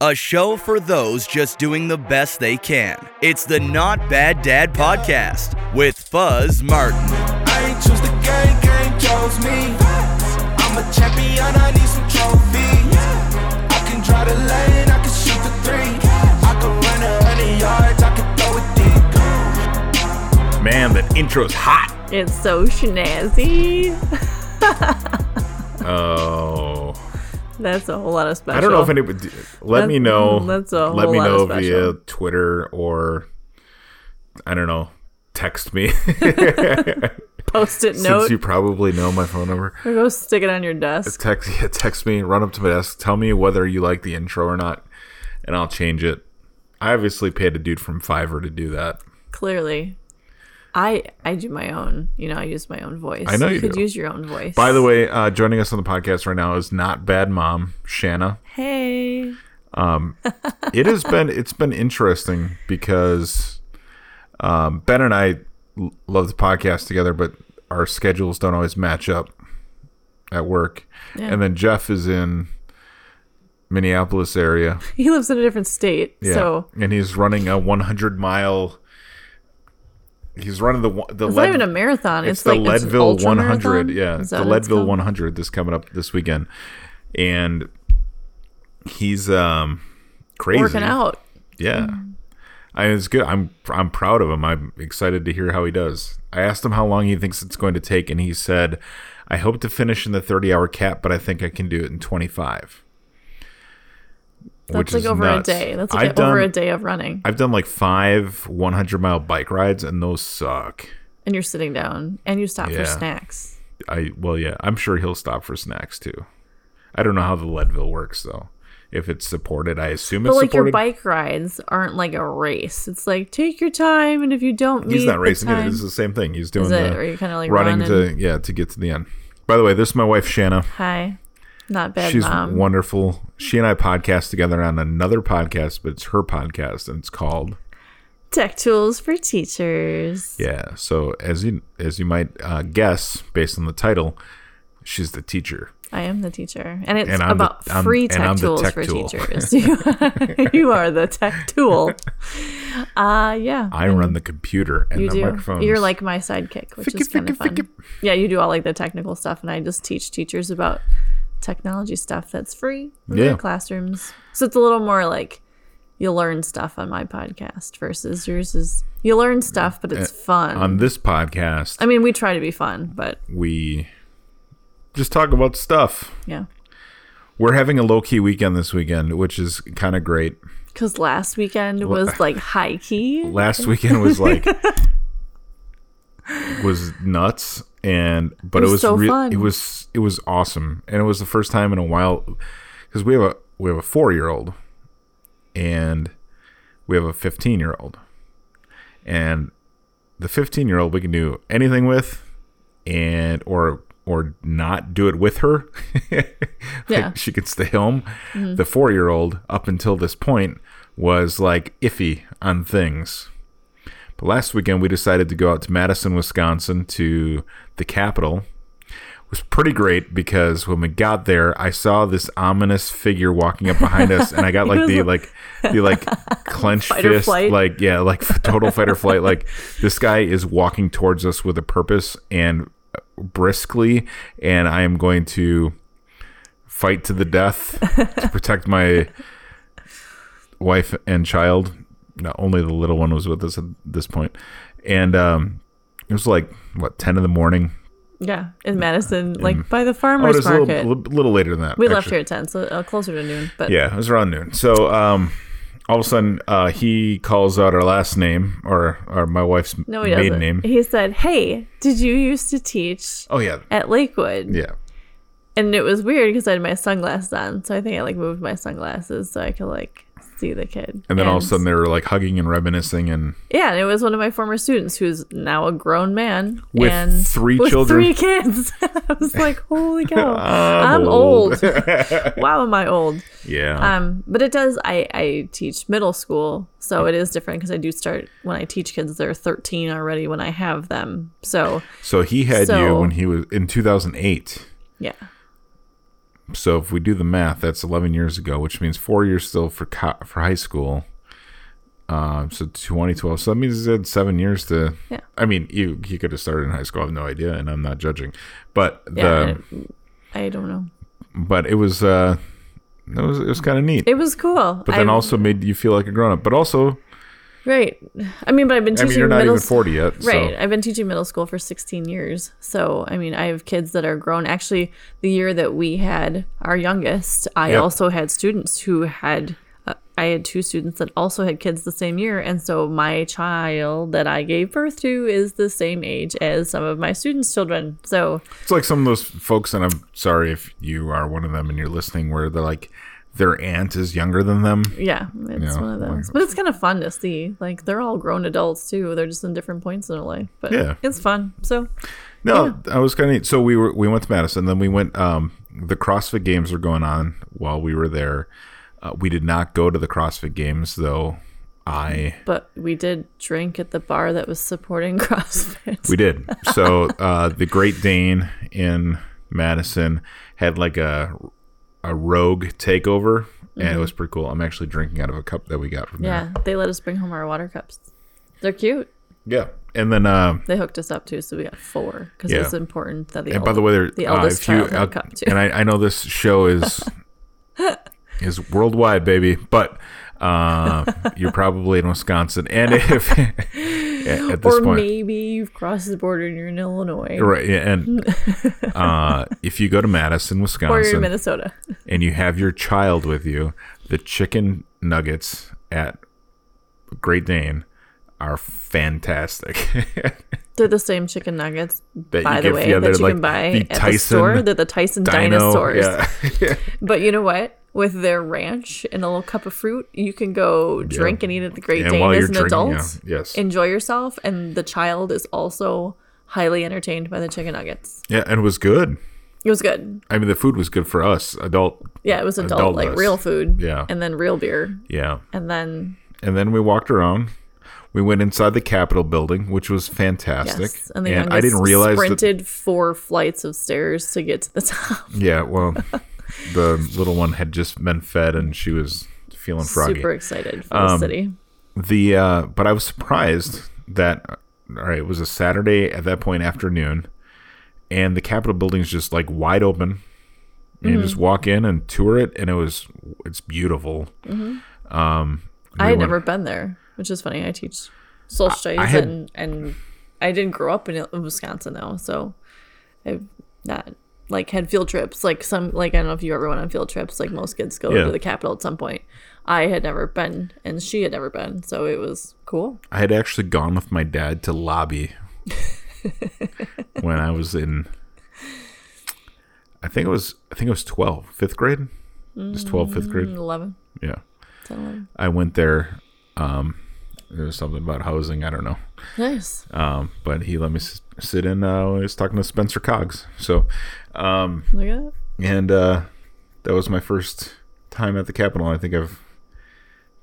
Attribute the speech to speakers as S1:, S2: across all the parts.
S1: a show for those just doing the best they can. It's the Not Bad Dad podcast with Fuzz Martin.
S2: I ain't choose the game, game chose me. I'm a champion, I need some trophies. I can drive the lane, I can shoot the three. I can run a hundred yards, I can throw it deep.
S3: Man, that intro's hot.
S4: It's so snazzy.
S3: Oh,
S4: That's a whole lot of special.
S3: I don't know if anybody. Let
S4: That-
S3: me know.
S4: mm, that's a
S3: let
S4: whole
S3: me
S4: lot
S3: know
S4: of
S3: via
S4: special.
S3: Twitter or I don't know. Text me
S4: post-it
S3: since
S4: note.
S3: you probably know my phone number.
S4: or go stick it on your desk.
S3: Text yeah, text me. Run up to my desk. Tell me whether you like the intro or not, and I'll change it. I obviously paid a dude from Fiverr to do that.
S4: Clearly, I I do my own. You know, I use my own voice.
S3: I know you
S4: could
S3: do.
S4: use your own voice.
S3: By the way, uh, joining us on the podcast right now is not bad mom Shanna.
S4: hey,
S3: it has been it's been interesting because um, Ben and I l- love the podcast together, but our schedules don't always match up at work. And then Jeff is in Minneapolis area,
S4: he lives in a different state,
S3: yeah,
S4: so
S3: and he's running a 100 mile. He's running the one- the
S4: it's
S3: lead-
S4: not even a marathon.
S3: it's
S4: It's,
S3: the
S4: like it's an
S3: Leadville
S4: ultra
S3: 100.
S4: marathon?
S3: Yeah,
S4: Is that
S3: the
S4: what it's
S3: Leadville
S4: called?
S3: 100 that's coming up this weekend, and he's um crazy
S4: Working out.
S3: Yeah.
S4: Mm.
S3: I it's good. I'm I'm proud of him. I'm excited to hear how he does. I asked him how long he thinks it's going to take and he said, "I hope to finish in the 30-hour cap, but I think I can do it in 25."
S4: That's like over a day. That's like
S3: I've
S4: a- over
S3: done-
S4: a day of running,
S3: I've done like 5 100-mile bike rides and those suck.
S4: and you're sitting down, and you stop
S3: Yeah.
S4: for snacks.
S3: I well, yeah, I'm sure he'll stop for snacks too. I don't know how the Leadville works though. If it's supported, I assume
S4: But
S3: it's
S4: like
S3: supported.
S4: your bike rides aren't like a race. It's like take your time, and if you don't,
S3: He's
S4: meet
S3: not racing
S4: The
S3: it.
S4: time,
S3: It's the same thing. He's doing
S4: Is
S3: the
S4: it? Or you kinda, like,
S3: running
S4: run
S3: to yeah to get to the end. By the way, this is my wife Shanna.
S4: Hi. Not bad,
S3: She's
S4: mom.
S3: wonderful. She and I podcast together on another podcast, but it's her podcast and it's called
S4: Tech tools for teachers.
S3: yeah. So as you as you might uh, guess based on the title, she's the teacher.
S4: I am the teacher, and it's
S3: And I'm the-
S4: about
S3: I'm-
S4: free
S3: and
S4: tech
S3: I'm the
S4: tools
S3: tech
S4: for
S3: tool.
S4: teachers. you, are, you are the tech tool. Uh yeah.
S3: I run the computer and
S4: you
S3: the
S4: do.
S3: microphones.
S4: You're like my sidekick, which
S3: Ficky,
S4: is kind
S3: ficky,
S4: of fun.
S3: ficky.
S4: Yeah, you do all like the technical stuff, and I just teach teachers about technology stuff that's free in
S3: Yeah.
S4: their classrooms. So it's a little more like you learn stuff on my podcast versus yours is you learn stuff, but it's fun.
S3: Eh, on this podcast,
S4: I mean, we try to be fun, but
S3: we just talk about stuff.
S4: yeah.
S3: We're having a low key weekend this weekend, which is kind of great.
S4: Because last weekend was like high key.
S3: last weekend was like was nuts and but it
S4: It
S3: was,
S4: was so
S3: rea-
S4: fun.
S3: it was it was awesome and it was the first time in a while because we have a we have a four year old and we have a 15 year old and the 15 year old we can do anything with and or or not do it with her
S4: Yeah.
S3: like she could stay home the four year old up until this point was like iffy on things but last weekend we decided to go out to madison wisconsin to the capitol it was pretty great because when we got there i saw this ominous figure walking up behind us and i got like the like the like clenched
S4: Fight or
S3: fist
S4: flight.
S3: like yeah like total fight or flight like this guy is walking towards us with a purpose and briskly and i am going to fight to the death to protect my wife and child. Not only the little one was with us at this point, and um, it was like what ten in the morning.
S4: Yeah, in Madison, like by
S3: Oh,
S4: the
S3: it
S4: farmers
S3: was a
S4: market.
S3: little, little later than that.
S4: we left
S3: actually.
S4: here at 10, so uh, closer to noon. But
S3: Yeah, it was around noon. So um, all of a sudden, uh, he calls out our last name or or my wife's
S4: no, he
S3: maiden
S4: doesn't.
S3: name.
S4: He said, Hey, did you used to teach
S3: Oh yeah,
S4: at Lakewood?
S3: yeah.
S4: And it was weird because I had my sunglasses on. So I think I like moved my sunglasses so I could like see the kid.
S3: And then all of a sudden, they were like hugging and reminiscing, and
S4: Yeah, and it was one of my former students who's now a grown man
S3: With
S4: and
S3: three
S4: with
S3: children.
S4: three kids. I was like, holy cow, I'm old. wow, am I old?
S3: yeah,
S4: Um, but it does. I I teach middle school, so it is different because I do start when I teach kids. They're 13 already when I have them. So
S3: So he had you
S4: So-
S3: when he was in 2008.
S4: yeah,
S3: So if we do the math, that's 11 years ago, which means four years still for co- for high school. Um, so 2012. So that means he had seven years to.
S4: Yeah.
S3: I mean, you he could have started in high school. I have no idea, and I'm not judging. But the
S4: Yeah, I, I don't know.
S3: but it was uh, it was it was kind of neat.
S4: It was cool.
S3: but then
S4: I-
S3: also made you feel like a grown up. But also,
S4: right. I mean, but I've been
S3: I
S4: teaching
S3: mean, you're not
S4: middle
S3: even
S4: s-
S3: 40 yet.
S4: Right.
S3: So.
S4: I've been teaching middle school for 16 years. So, I mean, I have kids that are grown. Actually, the year that we had our youngest, I
S3: Yep.
S4: also had students who had, uh, I had two students that also had kids the same year. And so my child that I gave birth to is the same age as some of my students' children. So,
S3: It's like some of those folks, and I'm sorry if you are one of them and you're listening, where they're like, their aunt is younger than them.
S4: yeah, it's
S3: Yeah,
S4: one of those.
S3: like-
S4: But it's kind of fun to see. Like, they're all grown adults too. They're just in different points in their life. But
S3: Yeah.
S4: it's fun. So,
S3: No, I was kind of neat. So we were we went to Madison, then we went. Um, the CrossFit Games were going on while we were there. Uh, we did not go to the CrossFit Games though. I
S4: but we did drink at the bar that was supporting CrossFit.
S3: we did. So uh, the Great Dane in Madison had like a a rogue takeover, and
S4: Mm-hmm.
S3: it was pretty cool. I'm actually drinking out of a cup that we got from
S4: Yeah, they let us bring home our water cups. They're cute.
S3: there. Yeah, and then. Uh,
S4: They hooked us up too, so we got four because
S3: Yeah.
S4: it was important that the
S3: And
S4: elder,
S3: by the way, there,
S4: the
S3: uh,
S4: eldest
S3: if you,
S4: child had
S3: uh,
S4: a cup too.
S3: and I, I know this show is is worldwide, baby, but uh, you're probably in Wisconsin, and if at at this
S4: or
S3: point,
S4: maybe you've crossed the border and you're in Illinois
S3: right, yeah, and uh, if you go to Madison,
S4: or you're in
S3: Wisconsin,
S4: Minnesota.
S3: and you have your child with you, the chicken nuggets at Great Dane are fantastic.
S4: They're the same chicken nuggets,
S3: That
S4: by
S3: you
S4: the
S3: get-
S4: way,
S3: yeah,
S4: that
S3: they're
S4: you
S3: like
S4: can buy
S3: the
S4: at the
S3: Tyson
S4: store. They're the Tyson
S3: Dino,
S4: dinosaurs.
S3: yeah.
S4: But you know what? With their ranch and a little cup of fruit, you can go drink and eat at the Great
S3: And
S4: Dane
S3: while
S4: as
S3: you're
S4: an
S3: drinking,
S4: adult.
S3: yeah, yes.
S4: Enjoy yourself, and the child is also highly entertained by the chicken nuggets.
S3: yeah, and it was good.
S4: It was good.
S3: I mean, the food was good for us, adult.
S4: Yeah, it was adult, like
S3: Adultless.
S4: real food.
S3: Yeah.
S4: And then real beer.
S3: Yeah.
S4: And then
S3: And then we walked around. We went inside the Capitol building, which was fantastic.
S4: yes. And the youngest
S3: I didn't realize that.
S4: sprinted four flights of stairs to get to the top.
S3: Yeah, well, the little one had just been fed, and she was feeling froggy. Um,
S4: Super excited for the city.
S3: The uh, but I was surprised that all right, it was a Saturday at that point afternoon, and the Capitol building's just like wide open. And
S4: Mm-hmm.
S3: You just walk in and tour it, and it was it's beautiful.
S4: Mm-hmm.
S3: Um,
S4: I had
S3: went-
S4: never been there, which is funny. I teach social studies
S3: I had-
S4: and and I didn't grow up in Il- Wisconsin though, so I've not like had field trips. Like some like I don't know if you ever went on field trips. Like most kids go
S3: Yeah.
S4: to the Capitol at some point. I had never been, and she had never been, so it was cool.
S3: I had actually gone with my dad to lobby when I was in I think it was I think it was 12, 5th grade. It was 12, 5th grade.
S4: Eleven.
S3: Yeah.
S4: 10, 11.
S3: I went there um there was something about housing, I don't know.
S4: Nice.
S3: Um but he let me s- sit in uh when I was talking to Spencer Coggs. So, um
S4: Look at that.
S3: and uh that was my first time at the Capitol. I think I've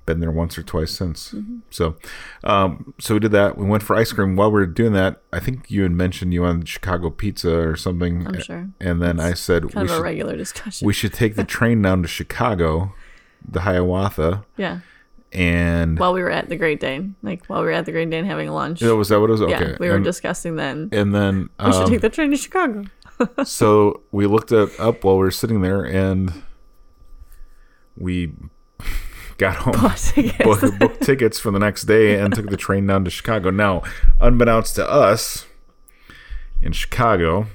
S3: been there once or twice since.
S4: Mm-hmm.
S3: So, um, so we did that. We went for ice cream. While we were doing that, I think you had mentioned you wanted Chicago pizza or something.
S4: I'm sure.
S3: And then I said we
S4: Kind of a
S3: should,
S4: regular discussion.
S3: we should take the train down to Chicago, the Hiawatha,
S4: yeah.
S3: and
S4: While we were at the Great Dane, like while we were at the Great Dane having lunch.
S3: Oh, was that what it was? Okay.
S4: Yeah, we were
S3: and,
S4: discussing then.
S3: and then
S4: we should
S3: um,
S4: take the train to Chicago.
S3: so we looked it up while we were sitting there, and we got home. book, booked tickets for the next day and took the train down to Chicago. Now, unbeknownst to us, in Chicago,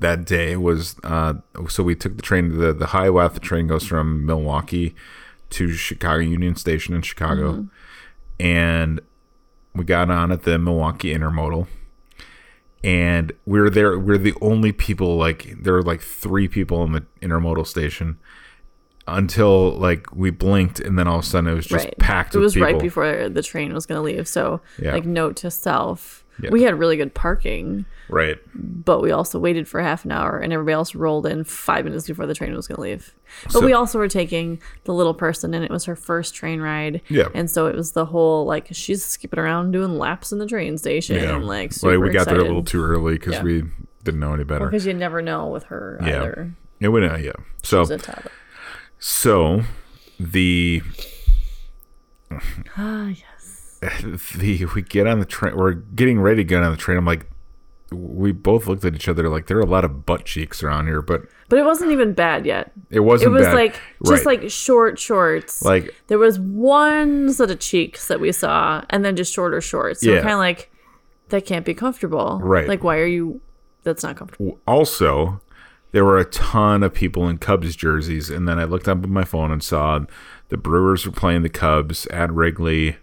S3: that day was uh, so we took the train. The the Hiawatha train goes from Milwaukee to Chicago Union Station in Chicago, and we got on at the Milwaukee Intermodal. And we were there. We are the only people. Like there were like three people in the intermodal station until like we blinked, and then all of a sudden it was just packed.
S4: It
S3: with
S4: was
S3: people.
S4: right before the train was going to leave. So,
S3: Yeah.
S4: like, note to self.
S3: Yeah.
S4: We had really good parking,
S3: Right.
S4: but we also waited for half an hour, and everybody else rolled in five minutes before the train was going to leave. But
S3: So-
S4: we also were taking the little person, and it was her first train ride.
S3: Yeah.
S4: and so it was the whole like she's skipping around doing laps in the train station,
S3: Yeah.
S4: like
S3: Well,
S4: super
S3: we got there a
S4: excited.
S3: little too early because
S4: Yeah.
S3: we didn't know any better.
S4: because you never know with her
S3: yeah.
S4: either.
S3: It went out, yeah. So
S4: She's a toddler.
S3: so the
S4: Ah, yes.
S3: the we get on the train we're getting ready to get on the train. I'm like we both looked at each other like there are a lot of butt cheeks around here, but
S4: But it wasn't even bad yet.
S3: it
S4: It
S3: wasn't
S4: was
S3: bad.
S4: like just
S3: Right.
S4: like short shorts.
S3: like
S4: there was one set of cheeks that we saw, and then just shorter shorts. So
S3: Yeah.
S4: kind of like that can't be comfortable,
S3: Right.
S4: Like why are you? That's not comfortable.
S3: also there were a ton of people in Cubs jerseys, and then I looked up on my phone and saw the Brewers were playing the Cubs at Wrigley.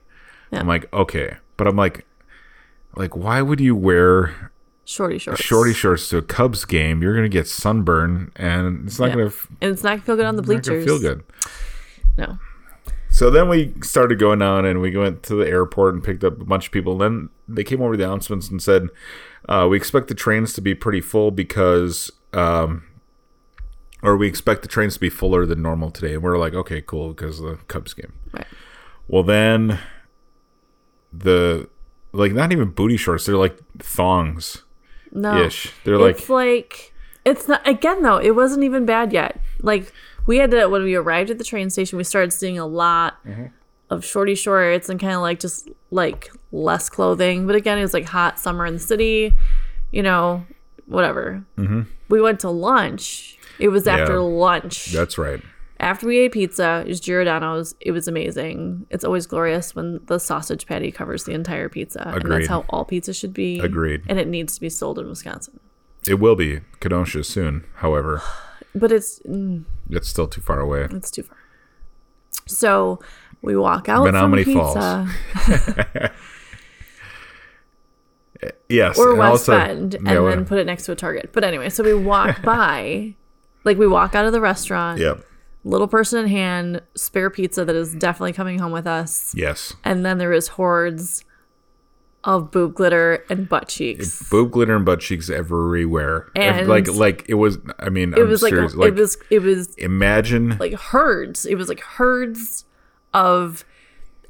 S3: I'm like, okay, but I'm like, like why would you wear
S4: Shorty shorts.
S3: shorty shorts to a Cubs game? You're gonna get sunburn, and it's not
S4: Yeah.
S3: gonna f-
S4: And it's not gonna feel good on the
S3: not gonna
S4: bleachers.
S3: feel good.
S4: No.
S3: So then we started going on, and we went to the airport and picked up a bunch of people. Then they came over to the announcements and said, uh, "We expect the trains to be pretty full because, um, or we expect the trains to be fuller than normal today." And we are like, "Okay, cool," because of the Cubs game.
S4: Right.
S3: Well, then the like not even booty shorts; they're like thongs
S4: No.
S3: ish. They're
S4: Oh. it's
S3: like
S4: like it's not again though it wasn't even bad yet like we had to when we arrived at the train station we started seeing a lot of shorty shorts and kind of like just like less clothing but again it was like hot summer in the city you know whatever we went to lunch it was after
S3: Mm-hmm. Yeah.
S4: lunch
S3: that's right.
S4: after we ate pizza it was giordano's it was amazing it's always glorious when the sausage patty covers the entire pizza and
S3: Agreed.
S4: that's how all pizza should be
S3: Agreed.
S4: and it needs to be sold in wisconsin
S3: It will be Kenosha soon, however,
S4: but it's mm,
S3: it's still too far away.
S4: it's too far. So we walk out
S3: Menominee
S4: from
S3: Falls.
S4: pizza
S3: Yes,
S4: or
S3: and
S4: West
S3: also-
S4: Bend and
S3: Yeah, well-
S4: then put it next to a Target. But anyway, so we walk by, like we walk out of the restaurant,
S3: Yep.
S4: little person in hand, spare pizza that is definitely coming home with us,
S3: Yes.
S4: and then there is hordes of boob glitter and butt cheeks.
S3: Boob glitter and butt cheeks everywhere. Ev-
S4: And-
S3: like like it was I mean
S4: It
S3: I'm
S4: was like, a-
S3: serious. like
S4: it was it was
S3: imagine
S4: like herds. It was like herds of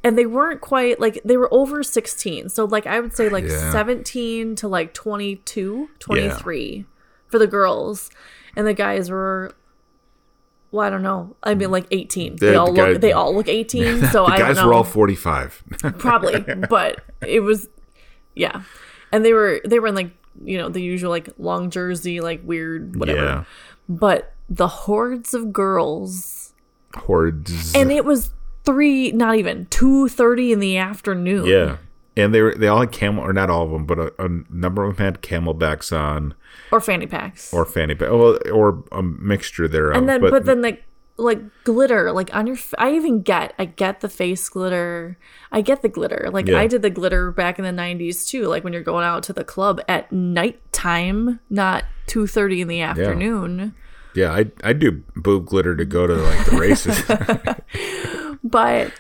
S4: and they weren't quite like they were over 16. So like I would say like
S3: Yeah.
S4: 17 to like 22, 23 for the girls. And the guys were well, I don't know. I mean like 18.
S3: The-
S4: they
S3: the
S4: all
S3: guy-
S4: look they all look 18. So
S3: the
S4: oh, I
S3: guys
S4: don't know
S3: were all forty five.
S4: probably but it was yeah and they were they were in like you know the usual like long jersey like weird whatever
S3: yeah.
S4: but the hordes of girls
S3: Hordes.
S4: and it was three not even 2.30 in the afternoon
S3: yeah. And they were they all had camel or not all of them, but a, a number of them had camelbacks on
S4: or fanny packs
S3: or fanny pack well, or a mixture thereof.
S4: and then
S3: but,
S4: but, then like like glitter like on your f- i even get i get the face glitter i get the glitter like
S3: Yeah.
S4: i did the glitter back in the 90s too like when you're going out to the club at nighttime not 2.30 in the afternoon
S3: yeah, I I do boob glitter to go to like the races.
S4: but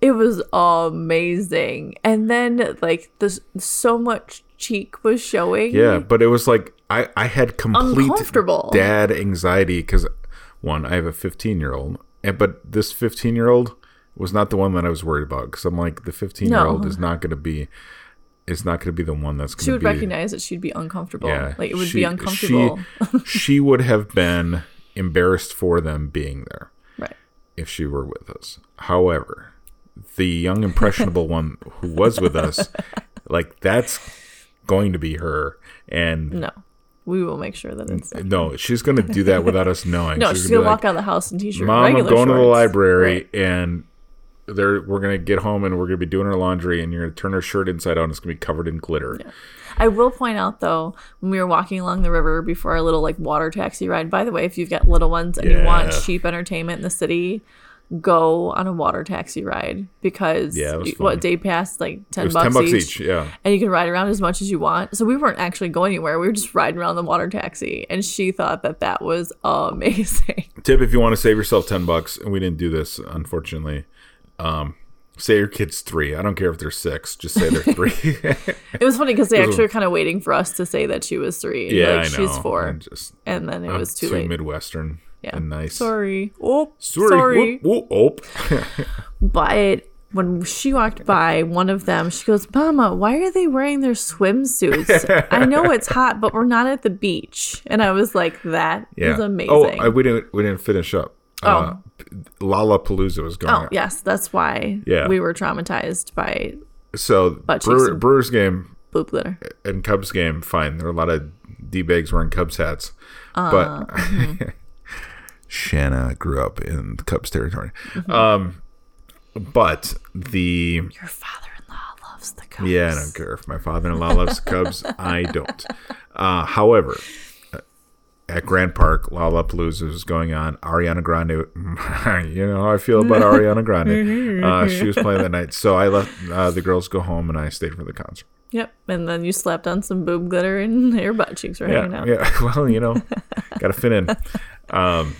S4: it was amazing. And then like this so much cheek was showing.
S3: Yeah, but it was like I I had complete
S4: Mm. Uncomfortable.
S3: dad anxiety because one I have a 15 year old, and but this 15 year old was not the one that I was worried about because I'm like the 15 year old
S4: No.
S3: is not going to be is not going to be the one that's going
S4: She
S3: to
S4: would
S3: be
S4: recognize that she'd be uncomfortable.
S3: yeah
S4: like it would
S3: she-
S4: be uncomfortable.
S3: she, she would have been embarrassed for them being there
S4: right.
S3: if she were with us. However, the young impressionable one who was with us, like that's going to be her and
S4: No. We will make sure that it's
S3: No, she's gonna do that without us knowing.
S4: No, she's, gonna,
S3: be
S4: walk out of the house in t shirt.
S3: Mom, I'm
S4: regular
S3: going to the
S4: shorts."
S3: library
S4: Right.
S3: and there we're gonna get home and we're gonna be doing her laundry and you're gonna turn her shirt inside out and it's gonna be covered in glitter.
S4: I will point out though, when we were walking along the river before our little like water taxi ride, by the way, if you've got little ones and you want
S3: Yeah.
S4: cheap entertainment in the city, go on a water taxi rade because
S3: Yeah, it was fun.
S4: what day pass like
S3: It
S4: ten
S3: was
S4: bucks
S3: ten bucks each.
S4: each.
S3: Yeah.
S4: and you can ride around as much as you want. So we weren't actually going anywhere. We were just riding around the water taxi, and she thought that that was amazing.
S3: Tip if you want to save yourself ten bucks, and we didn't do this, unfortunately. Um say your kid's three. I don't care if they're six, just say they're three.
S4: It was funny because they actually were kind of waiting for us to say that she was three. and
S3: yeah,
S4: like,
S3: I know.
S4: she's four,
S3: I'm just
S4: and then it
S3: I'm
S4: was too,
S3: too
S4: late.
S3: Midwestern
S4: yeah,
S3: and nice.
S4: Sorry. Oh, sorry.
S3: Sorry. Whoop, whoop, oh.
S4: But when she walked by one of them, she goes, Mama, why are they wearing their swimsuits? I know it's hot, but we're not at the beach. And I was like, "That is
S3: Yeah.
S4: amazing.
S3: Oh, I, we didn't we didn't finish up. Uh, Lollapalooza was going.
S4: Oh,
S3: on.
S4: yes, that's why
S3: Yeah.
S4: we were traumatized by
S3: So
S4: cheeks
S3: Brewer,
S4: and-
S3: Brewers game
S4: boob glitter.
S3: and Cubs game, fine. There were a lot of d bags wearing Cubs hats, but Shanna grew up in the Cubs territory. Um, but the
S4: Your father-in-law loves the Cubs.
S3: Yeah, I don't care if my father-in-law loves the Cubs. I don't. Uh, however, uh, at Grand Park, Lollapalooza was going on. Ariana Grande, you know how I feel about Ariana Grande. uh, she was playing that night, so I let uh, the girls go home, and I stayed for the concert.
S4: Yep. And then you slapped on some boob glitter and your butt cheeks were hanging
S3: Yeah,
S4: out.
S3: yeah. Well, you know, got to fit in. Um,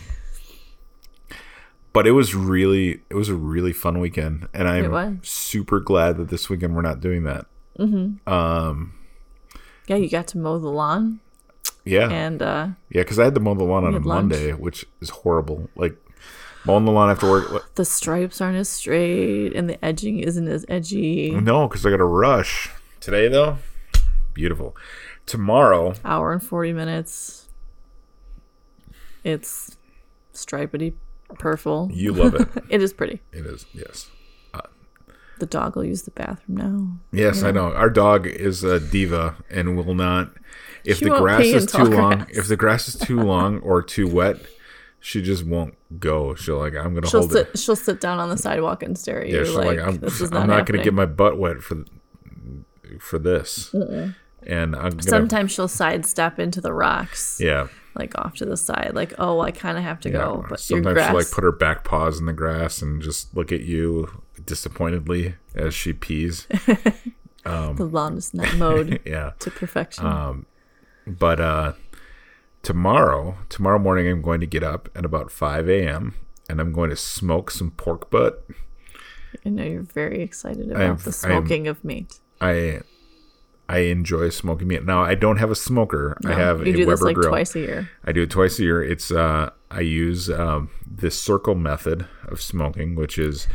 S3: but it was really, it was a really fun weekend, and
S4: was.
S3: I'm super glad that this weekend we're not doing that.
S4: Yeah, you got to mow the lawn
S3: Yeah,
S4: and uh
S3: Yeah, because I had to mow the lawn on a
S4: had lunch.
S3: Monday, which is horrible. Like mowing the lawn after work. like,
S4: the stripes aren't as straight and the edging isn't as edgy.
S3: no, because I got to rush today. Though, beautiful. Tomorrow,
S4: Hour and 40 minutes. It's stripedy purple.
S3: you love it.
S4: It is pretty.
S3: it is yes,
S4: The dog will use the bathroom now.
S3: yes. I know our dog is a diva and will not. If
S4: She
S3: the
S4: won't
S3: grass
S4: pee
S3: is
S4: in
S3: too
S4: tall
S3: long,
S4: grass.
S3: if the grass is too long or too wet, she just won't go. She'll like I'm gonna
S4: She'll
S3: hold it.
S4: sit, she'll sit down on the sidewalk and stare at
S3: Yeah,
S4: you
S3: she's
S4: like,
S3: like, I'm,
S4: this is not
S3: I'm not going
S4: happening.
S3: to get my butt wet for for this. And I'm gonna,
S4: Sometimes she'll sidestep into the rocks.
S3: yeah.
S4: like off to the side, like, oh, I kind of have to
S3: Yeah,
S4: go, but your
S3: sometimes
S4: grass.
S3: she'll like put her back paws in the grass and just look at you disappointedly as she pees.
S4: the lawn is not mowed
S3: yeah.
S4: to perfection.
S3: Um, But uh tomorrow, tomorrow morning I'm going to get up at about five AM and I'm going to smoke some pork butt.
S4: I know you're very excited about
S3: am- I am-
S4: the smoking of meat.
S3: I I enjoy smoking meat. Now I don't have a smoker. I have
S4: Oh. you
S3: a
S4: do this
S3: Weber
S4: like
S3: grill.
S4: twice a year.
S3: I do it twice a year. It's uh, I use um, this circle method of smoking, which is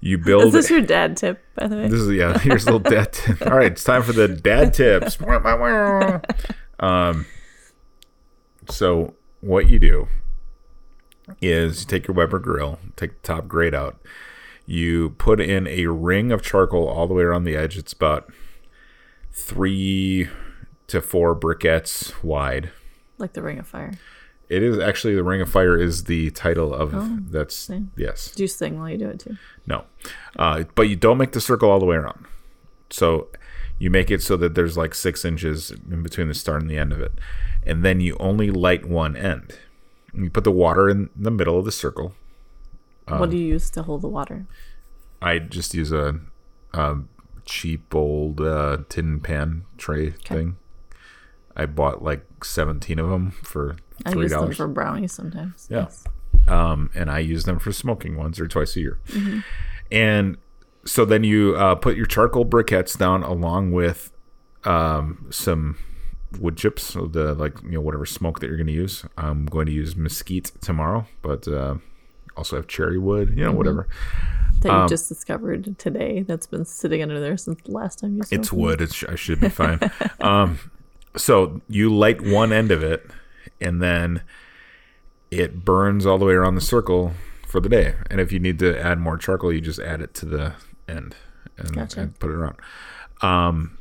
S3: you build.
S4: Is this your dad tip, by the way?
S3: This is yeah. Here's a little dad tip. All right, it's time for the dad tips. Wah, wah, wah. um, so what you do is you take your Weber grill, take the top grate out. You put in a ring of charcoal all the way around the edge. It's about three to four briquettes wide.
S4: Like the Ring of Fire.
S3: It is actually the Ring of Fire is the title of that's yes.
S4: Do you sing while you do it too?
S3: No. Uh, but you don't make the circle all the way around. So you make it so that there's like six inches in between the start and the end of it. And then you only light one end. And you put the water in the middle of the circle. Um,
S4: what do you use to hold the water?
S3: I just use a, a cheap old uh, tin pan tray thing. I bought like 17 of them for
S4: I
S3: $3.
S4: use them for brownies sometimes.
S3: Yeah. um, and I use them for smoking once or twice a year. And so then you uh, put your charcoal briquettes down along with um, some wood chips, so the like you know whatever smoke that you're going to use. I'm going to use mesquite tomorrow, but uh, also have cherry wood, you know whatever.
S4: That
S3: Um,
S4: you just discovered today that's been sitting under there since the last time you smoked.
S3: It's wood. It sh- I should be fine. um, so you light one end of it, and then it burns all the way around the circle for the day. And if you need to add more charcoal, you just add it to the end and,
S4: Gotcha.
S3: and put it around. Um,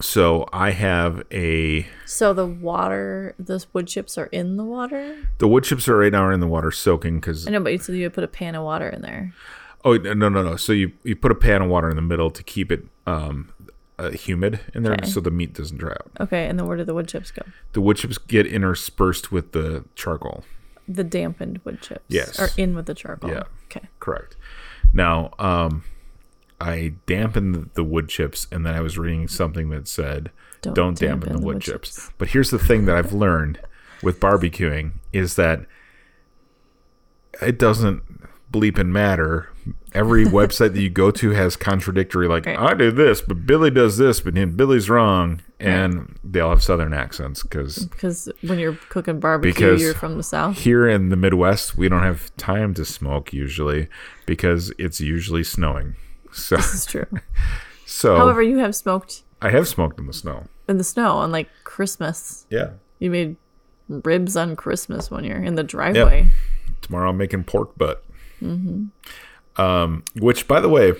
S3: so I have a
S4: So the water, the wood chips are in the water?
S3: the wood chips are right now are in the water soaking because
S4: I know, but you said you would put a pan of water in there.
S3: oh no no no so you you put a pan of water in the middle to keep it um, uh, humid in there so the meat doesn't dry out.
S4: Okay, and then where do the wood chips go?
S3: The wood chips get interspersed with the charcoal.
S4: the dampened wood chips
S3: Yes.
S4: are in with the charcoal.
S3: Yeah.
S4: Okay.
S3: Correct. Now, um, I dampened the wood chips, and then I was reading something that said, "Don't, dampen, the wood, chips. But here's the thing that I've learned with barbecuing is that it doesn't bleep and matter. Every website that you go to has contradictory, like I did this, but Billy does this, but him Billy's wrong, and they all have Southern accents because
S4: Because when you're cooking barbecue,
S3: Because-
S4: you're from the South.
S3: here in the Midwest we don't have time to smoke usually because it's usually snowing. So,
S4: It's true.
S3: so
S4: However, you have smoked
S3: I have smoked in the snow.
S4: in the snow on like Christmas.
S3: Yeah.
S4: You made ribs on Christmas one year in the driveway.
S3: tomorrow I'm making pork butt.
S4: Mm-hmm.
S3: Um, which, by the way,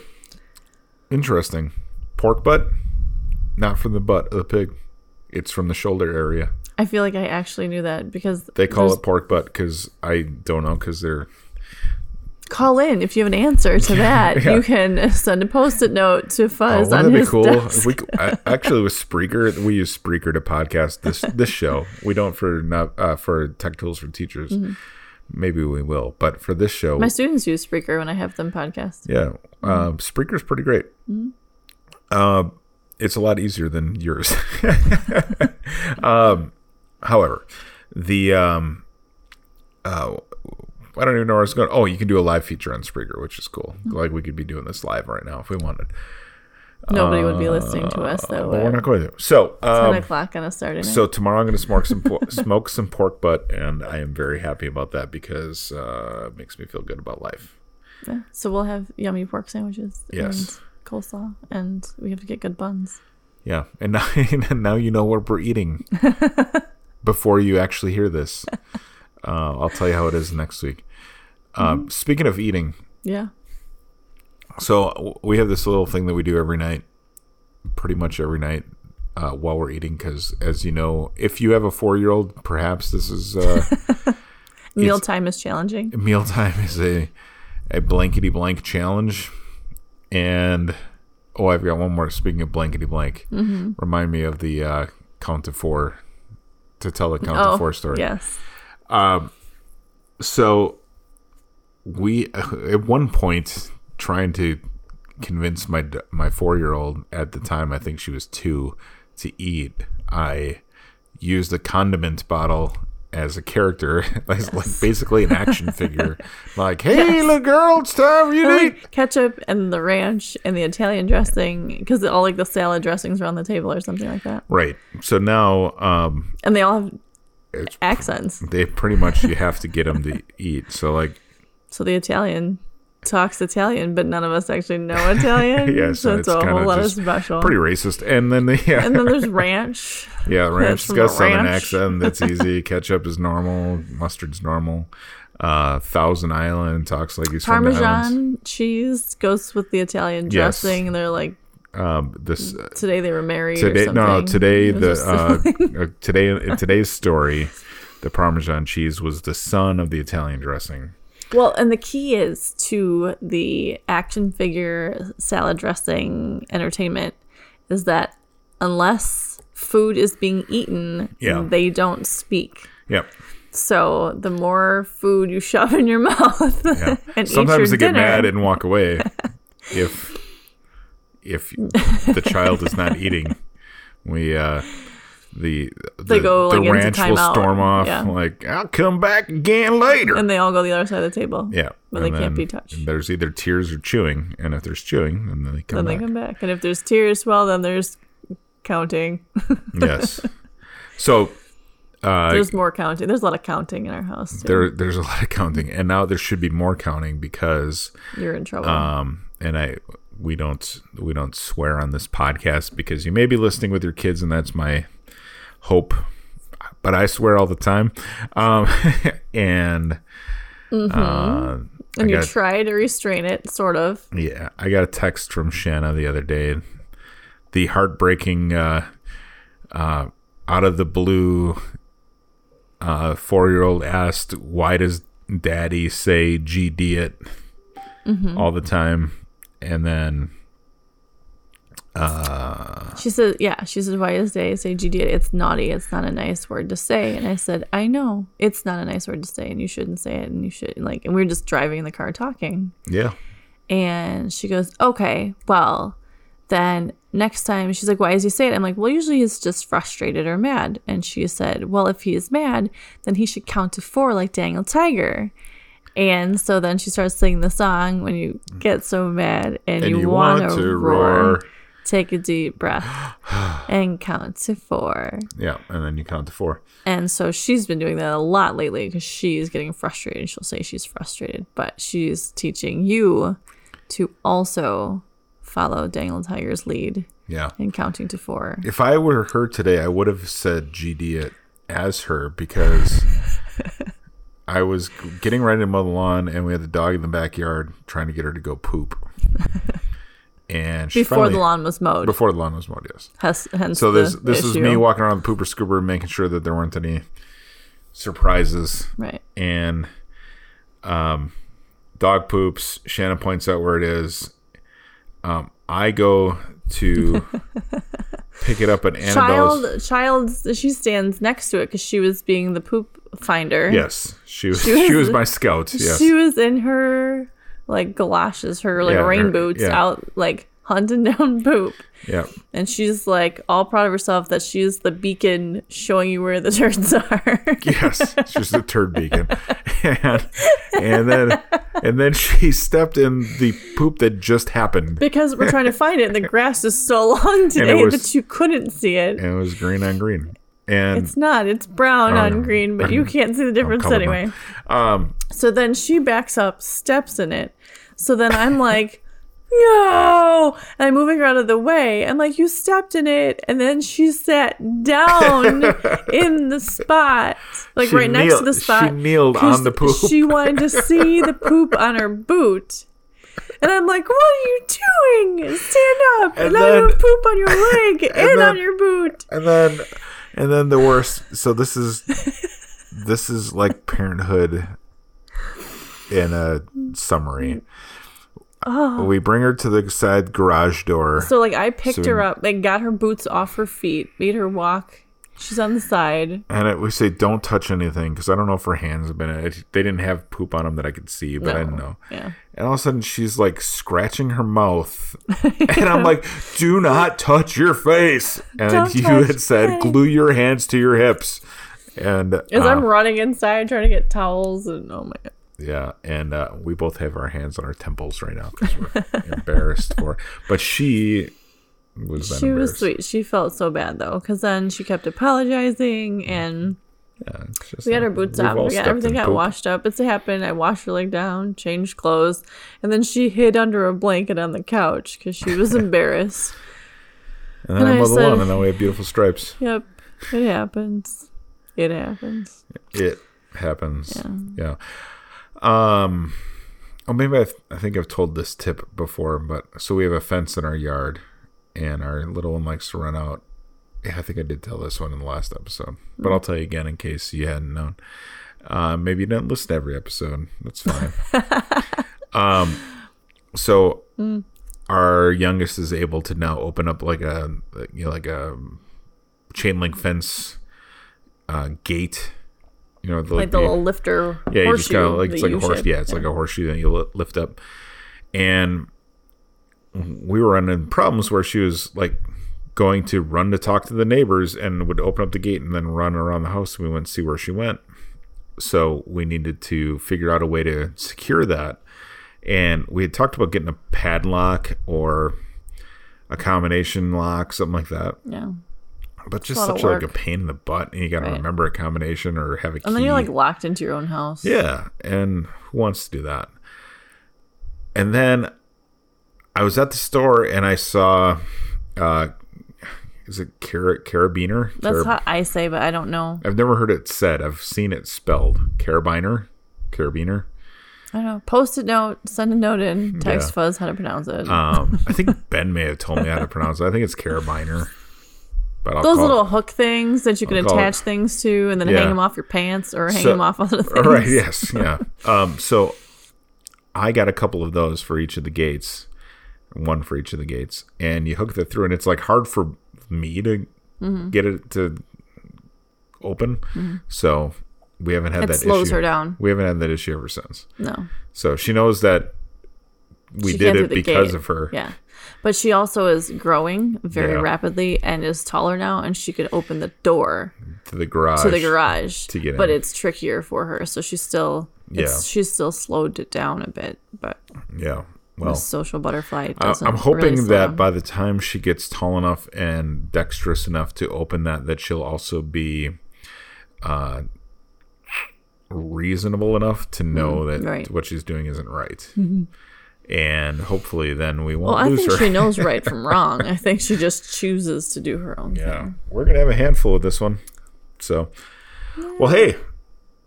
S3: interesting. Pork butt, not from the butt of the pig. It's from the shoulder area.
S4: I feel like I actually knew that because
S3: They call
S4: there's-
S3: it pork butt because I don't know because they're
S4: Call in if you have an answer to that.
S3: Yeah.
S4: You can send a post-it note to
S3: Oh,
S4: Fuzz on
S3: wouldn't that be
S4: his
S3: cool?
S4: desk.
S3: If we c- I- actually with Spreaker, we use Spreaker to podcast this this show. We don't for not uh, for tech tools for teachers. Maybe we will, but for this show,
S4: Mm-hmm. My Mm-hmm. students use Spreaker when I have them podcast.
S3: Yeah, um, Spreaker's pretty great. Um,
S4: Mm-hmm.
S3: it's a lot easier than yours. um, however, the um, uh, I don't even know where it's going. Oh, you can do a live feature on Spreaker, which is cool.
S4: Mm-hmm.
S3: Like we could be doing this live right now if we wanted,
S4: Nobody would be listening to us though.
S3: but
S4: at
S3: we're not going to. So,
S4: Ten
S3: Uh, um,
S4: o'clock on a Saturday night.
S3: so tomorrow I'm going to smoke some por- smoke some pork butt, and I am very happy about that because uh, it makes me feel good about life.
S4: Yeah. So we'll have yummy pork sandwiches.
S3: Yes.
S4: And coleslaw, and we have to get good buns.
S3: Yeah, and now, and now you know what we're eating before you actually hear this. Uh, I'll tell you how it is next week. Um, Speaking of eating,
S4: Yeah.
S3: so w- we have this little thing that we do every night, pretty much every night uh, while we're eating, because as you know, if you have a four-year-old, perhaps this is uh,
S4: Mealtime is challenging.
S3: mealtime is a a blankety blank challenge, and oh, I've got one more. Speaking of blankety blank, remind me of the uh, count to four to tell the count to four story.
S4: Oh, Yes.
S3: So we at one point trying to convince my d- my four year old at the time, I think she was two, to eat. I used the condiment bottle as a character, as like basically an action figure. like, hey, little girl, it's time for you to eat.
S4: Like ketchup and the ranch and the Italian dressing, because all like the salad dressings are on the table or something like that,
S3: Right. So now um,
S4: and they all have accents.
S3: they pretty much you have to get them to eat. So like
S4: So the Italian talks Italian, but none of us actually know Italian.
S3: yeah, so,
S4: so
S3: it's
S4: it's a
S3: kind
S4: whole
S3: of
S4: lot of
S3: just
S4: special.
S3: pretty racist. And then they, yeah,
S4: and then there's ranch.
S3: Yeah, ranch.
S4: That's
S3: It's got a
S4: from a
S3: southern
S4: ranch.
S3: accent. That's easy. Ketchup is normal. Mustard's normal. Uh, Thousand Island talks like he's from the islands.
S4: Parmesan cheese goes with the Italian
S3: Yes.
S4: dressing, and they're like,
S3: Um, this uh,
S4: today they were married. or
S3: today,
S4: something.
S3: no, today
S4: It was
S3: the
S4: just-
S3: uh, uh, today in today's story, the Parmesan cheese was the son of the Italian dressing.
S4: well, and the key is to the action figure salad dressing entertainment is that unless food is being eaten,
S3: Yeah.
S4: they don't speak.
S3: Yep.
S4: So the more food you shove in your mouth,
S3: Yeah.
S4: and
S3: Sometimes they
S4: eat your
S3: get
S4: dinner,
S3: mad and walk away if if the child is not eating. We uh the the,
S4: go,
S3: the
S4: like, into
S3: ranch will
S4: timeout.
S3: storm off
S4: Yeah.
S3: like I'll come back again later.
S4: and they all go the other side of the table.
S3: yeah.
S4: but they
S3: and
S4: can't
S3: then
S4: be touched.
S3: There's either tears or chewing, and if there's chewing, then they come
S4: Then they
S3: back.
S4: come back, and if there's tears, well, then there's counting.
S3: yes. So uh
S4: There's more counting. There's a lot of counting in our house. too.
S3: there there's a lot of counting and now there should be more counting because
S4: You're in trouble.
S3: um, and I we don't we don't swear on this podcast because you may be listening with your kids, and that's my hope. But I swear all the time, um, and uh,
S4: and
S3: I
S4: you
S3: got
S4: try to restrain it, sort of.
S3: yeah, I got a text from Shanna the other day, the heartbreaking uh, uh, out of the blue. Uh, Four year old asked, "Why does Daddy say GD it all the time?" And then
S4: She says, "Yeah." She says, "Why is they say GD? It's naughty. It's not a nice word to say." And I said, "I know it's not a nice word to say, and you shouldn't say it, and you should like." And we were just driving in the car talking,
S3: Yeah.
S4: and she goes, "Okay, well." Then next time she's like, Why is he saying it? I'm like, Well, usually he's just frustrated or mad. And she said, Well, if he is mad, then he should count to four like Daniel Tiger. And so then she starts singing the song when you get so mad and,
S3: And
S4: you,
S3: you
S4: want
S3: want
S4: to
S3: to
S4: roar,
S3: roar.
S4: Take a deep breath and count to four.
S3: Yeah, and then you count to four.
S4: And so she's been doing that a lot lately because she's getting frustrated. She'll say she's frustrated, but she's teaching you to also follow Daniel Tiger's lead
S3: Yeah.
S4: in counting to four.
S3: If I were her today, I would have said GD it as her because I was getting ready to mow the lawn and we had the dog in the backyard trying to get her to go poop. And she
S4: Before
S3: finally,
S4: the lawn was mowed.
S3: before the lawn was mowed, yes.
S4: Hence, hence
S3: So this
S4: the
S3: this is
S4: issue.
S3: me walking around the pooper scooper, making sure that there weren't any surprises.
S4: Right.
S3: And um, dog poops. Shannon points out where it is. Um, I go to pick it up at Annabelle's.
S4: Child, child, she stands next to it because she was being the poop finder.
S3: Yes, she was. She
S4: She
S3: was,
S4: was-
S3: my scout. Yes,
S4: She was in her like galoshes, her like
S3: Yeah, her-
S4: rain boots
S3: yeah.
S4: out like hunting down poop.
S3: yeah.
S4: And she's like all proud of herself that she's the beacon showing you where the turds are.
S3: Yes, she's a turd beacon, and, and then and then she stepped in the poop that just happened,
S4: because we're trying to find it and the grass is so long today
S3: was-
S4: that you couldn't see it.
S3: and it was green on green. And
S4: It's not, it's brown on green, but you can't see the difference
S3: colorblind.
S4: anyway.
S3: Um,
S4: so then she backs up, steps in it. So then I'm like, no. And I'm moving her out of the way. I'm like, you stepped in it. And then she sat down in the spot, like
S3: She
S4: right next to the
S3: kneeled- she
S4: spot.
S3: kneeled on
S4: 'cause
S3: the poop.
S4: She wanted to see the poop on her boot. And I'm like, what are you doing? Stand up.
S3: And
S4: And, I
S3: then-
S4: don't poop on your leg and,
S3: then-
S4: on your boot.
S3: and then and then the worst so this is this is like parenthood in a summary we bring her to the side garage door
S4: Oh. So like I picked
S3: So-
S4: her up, like got her boots off her feet, made her walk. She's on the side.
S3: and it, we say don't touch anything because i don't know if her hands have been it, they didn't have poop on them that i could see but i
S4: No.
S3: didn't know
S4: Yeah.
S3: and all of a sudden she's like scratching her mouth and i'm like do not touch your face and
S4: Don't
S3: you
S4: touch
S3: had said
S4: my-
S3: glue your hands to your hips and
S4: As
S3: uh,
S4: I'm running inside trying to get towels and oh my god.
S3: Yeah, and uh, we both have our hands on our temples right now because we're embarrassed for. But she was. then
S4: She was
S3: embarrassed.
S4: sweet. She felt so bad though, because then she kept apologizing and
S3: Yeah, it's just
S4: we had
S3: like,
S4: her boots
S3: we've
S4: off.
S3: all
S4: We got,
S3: stepped
S4: everything
S3: in
S4: got
S3: poop.
S4: washed up. It's happened. I washed her leg down, changed clothes, and then she hid under a blanket on the couch because she was embarrassed.
S3: and then
S4: and
S3: I
S4: I
S3: mowed the
S4: said-
S3: lawn, and now we have beautiful stripes.
S4: Yep, it happens. It happens.
S3: It happens. Yeah. Um. Oh, maybe I've, I think I've told this tip before, but so we have a fence in our yard, and our little one likes to run out. Yeah, I think I did tell this one in the last episode, but I'll tell you again in case you hadn't known. Uh, maybe you didn't listen to every episode. That's fine. um, so
S4: Mm.
S3: our youngest is able to now open up like a you know like a chain link fence uh, gate. You know,
S4: Like the little lifter
S3: yeah, you just
S4: horseshoe.
S3: kind of like
S4: that
S3: it's like a
S4: you
S3: horse.
S4: should-
S3: Yeah, it's like a horseshoe that you li- lift up. And we were running problems where she was like going to run to talk to the neighbors and would open up the gate and then run around the house. And we went to see where she went. So we needed to figure out a way to secure that. And we had talked about getting a padlock or a combination lock, something like that.
S4: yeah.
S3: But just
S4: lot of
S3: such like a
S4: work.
S3: pain in the butt, and you got to
S4: Right.
S3: remember a combination or have a key.
S4: And then you're like locked into your own house.
S3: Yeah, and who wants to do that? And then I was at the store and I saw, uh, is it car- carabiner?
S4: That's
S3: Carab-
S4: how I say, but I don't know.
S3: I've never heard it said. I've seen it spelled carabiner, carabiner.
S4: I don't know. Post it note, send a note in, text
S3: Yeah.
S4: fuzz how to pronounce it.
S3: Um, I think Ben may have told me how to pronounce it. I think it's carabiner. But I'll
S4: Those
S3: call it-
S4: little hook things that you can
S3: I'll call
S4: attach
S3: it-
S4: things to and then
S3: Yeah.
S4: hang them off your pants or hang
S3: So-
S4: them off other things.
S3: Right. Yes. Yeah. um, so I got a couple of those for each of the gates, one for each of the gates, and you hook that through, and it's like hard for me to
S4: Mm-hmm.
S3: get it to open. So we haven't had
S4: It
S3: that.
S4: slows
S3: issue.
S4: her down.
S3: We haven't had that issue ever since.
S4: No.
S3: So she knows that we
S4: She
S3: did
S4: can't do
S3: it
S4: the
S3: because
S4: gate.
S3: of her.
S4: Yeah. But she also is growing very
S3: Yeah.
S4: rapidly and is taller now and she could open the door
S3: To the garage.
S4: to the garage.
S3: to get
S4: but
S3: in.
S4: it's trickier for her, so she's still
S3: Yeah.
S4: It's- She's still slowed it down a bit, but
S3: Yeah.
S4: the
S3: Well,
S4: social butterfly
S3: I-
S4: doesn't.
S3: I'm hoping
S4: really slow
S3: that
S4: down.
S3: by the time she gets tall enough and dexterous enough to open that, that she'll also be uh, reasonable enough to know that
S4: Mm-hmm. right. Mm-hmm.
S3: what she's doing isn't right. And hopefully, then we won't
S4: Well, I
S3: lose
S4: think
S3: her.
S4: she knows right from wrong. I think she just chooses to do her own
S3: Yeah,
S4: thing.
S3: we're gonna have a handful with this one. So, well, hey,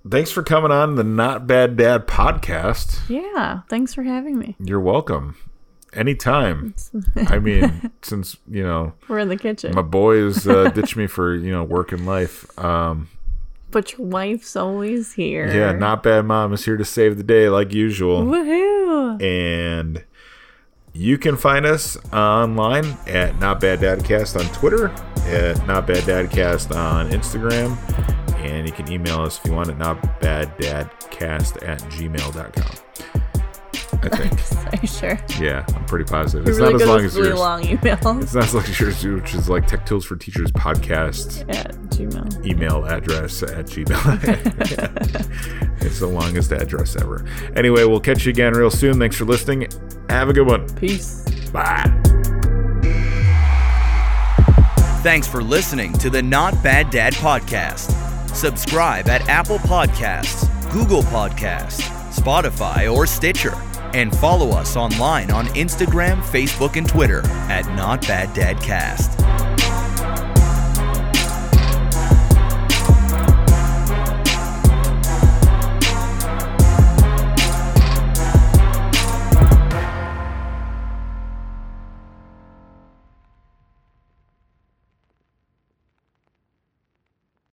S3: thanks for coming on the Not Bad Dad podcast.
S4: Yeah. Thanks for having me.
S3: You're welcome. Anytime. I mean, since you know
S4: We're in the kitchen.
S3: my boys uh, ditched me for you know work and life. Um,
S4: But your wife's always here.
S3: yeah, Not Bad Mom is here to save the day like usual.
S4: Woohoo.
S3: and you can find us online at Not Bad Dadcast on Twitter, at Not Bad Dadcast on Instagram, and you can email us if you want at notbaddadcast at gmail.com. I think.
S4: Are you sure?
S3: yeah, I'm pretty positive.
S4: We
S3: It's
S4: really
S3: not as
S4: go
S3: long
S4: with
S3: as
S4: really
S3: yours.
S4: long emails
S3: It's not as long as yours, which is like Tech Tools for Teachers podcast
S4: at Gmail.
S3: email address at gmail. it's the longest address ever. Anyway, we'll catch you again real soon. Thanks for listening. Have a good one.
S4: Peace.
S3: Bye.
S1: Thanks for listening to the Not Bad Dad podcast. Subscribe at Apple Podcasts, Google Podcasts, Spotify, or Stitcher, and follow us online on Instagram, Facebook, and Twitter at Not Bad Dad Cast.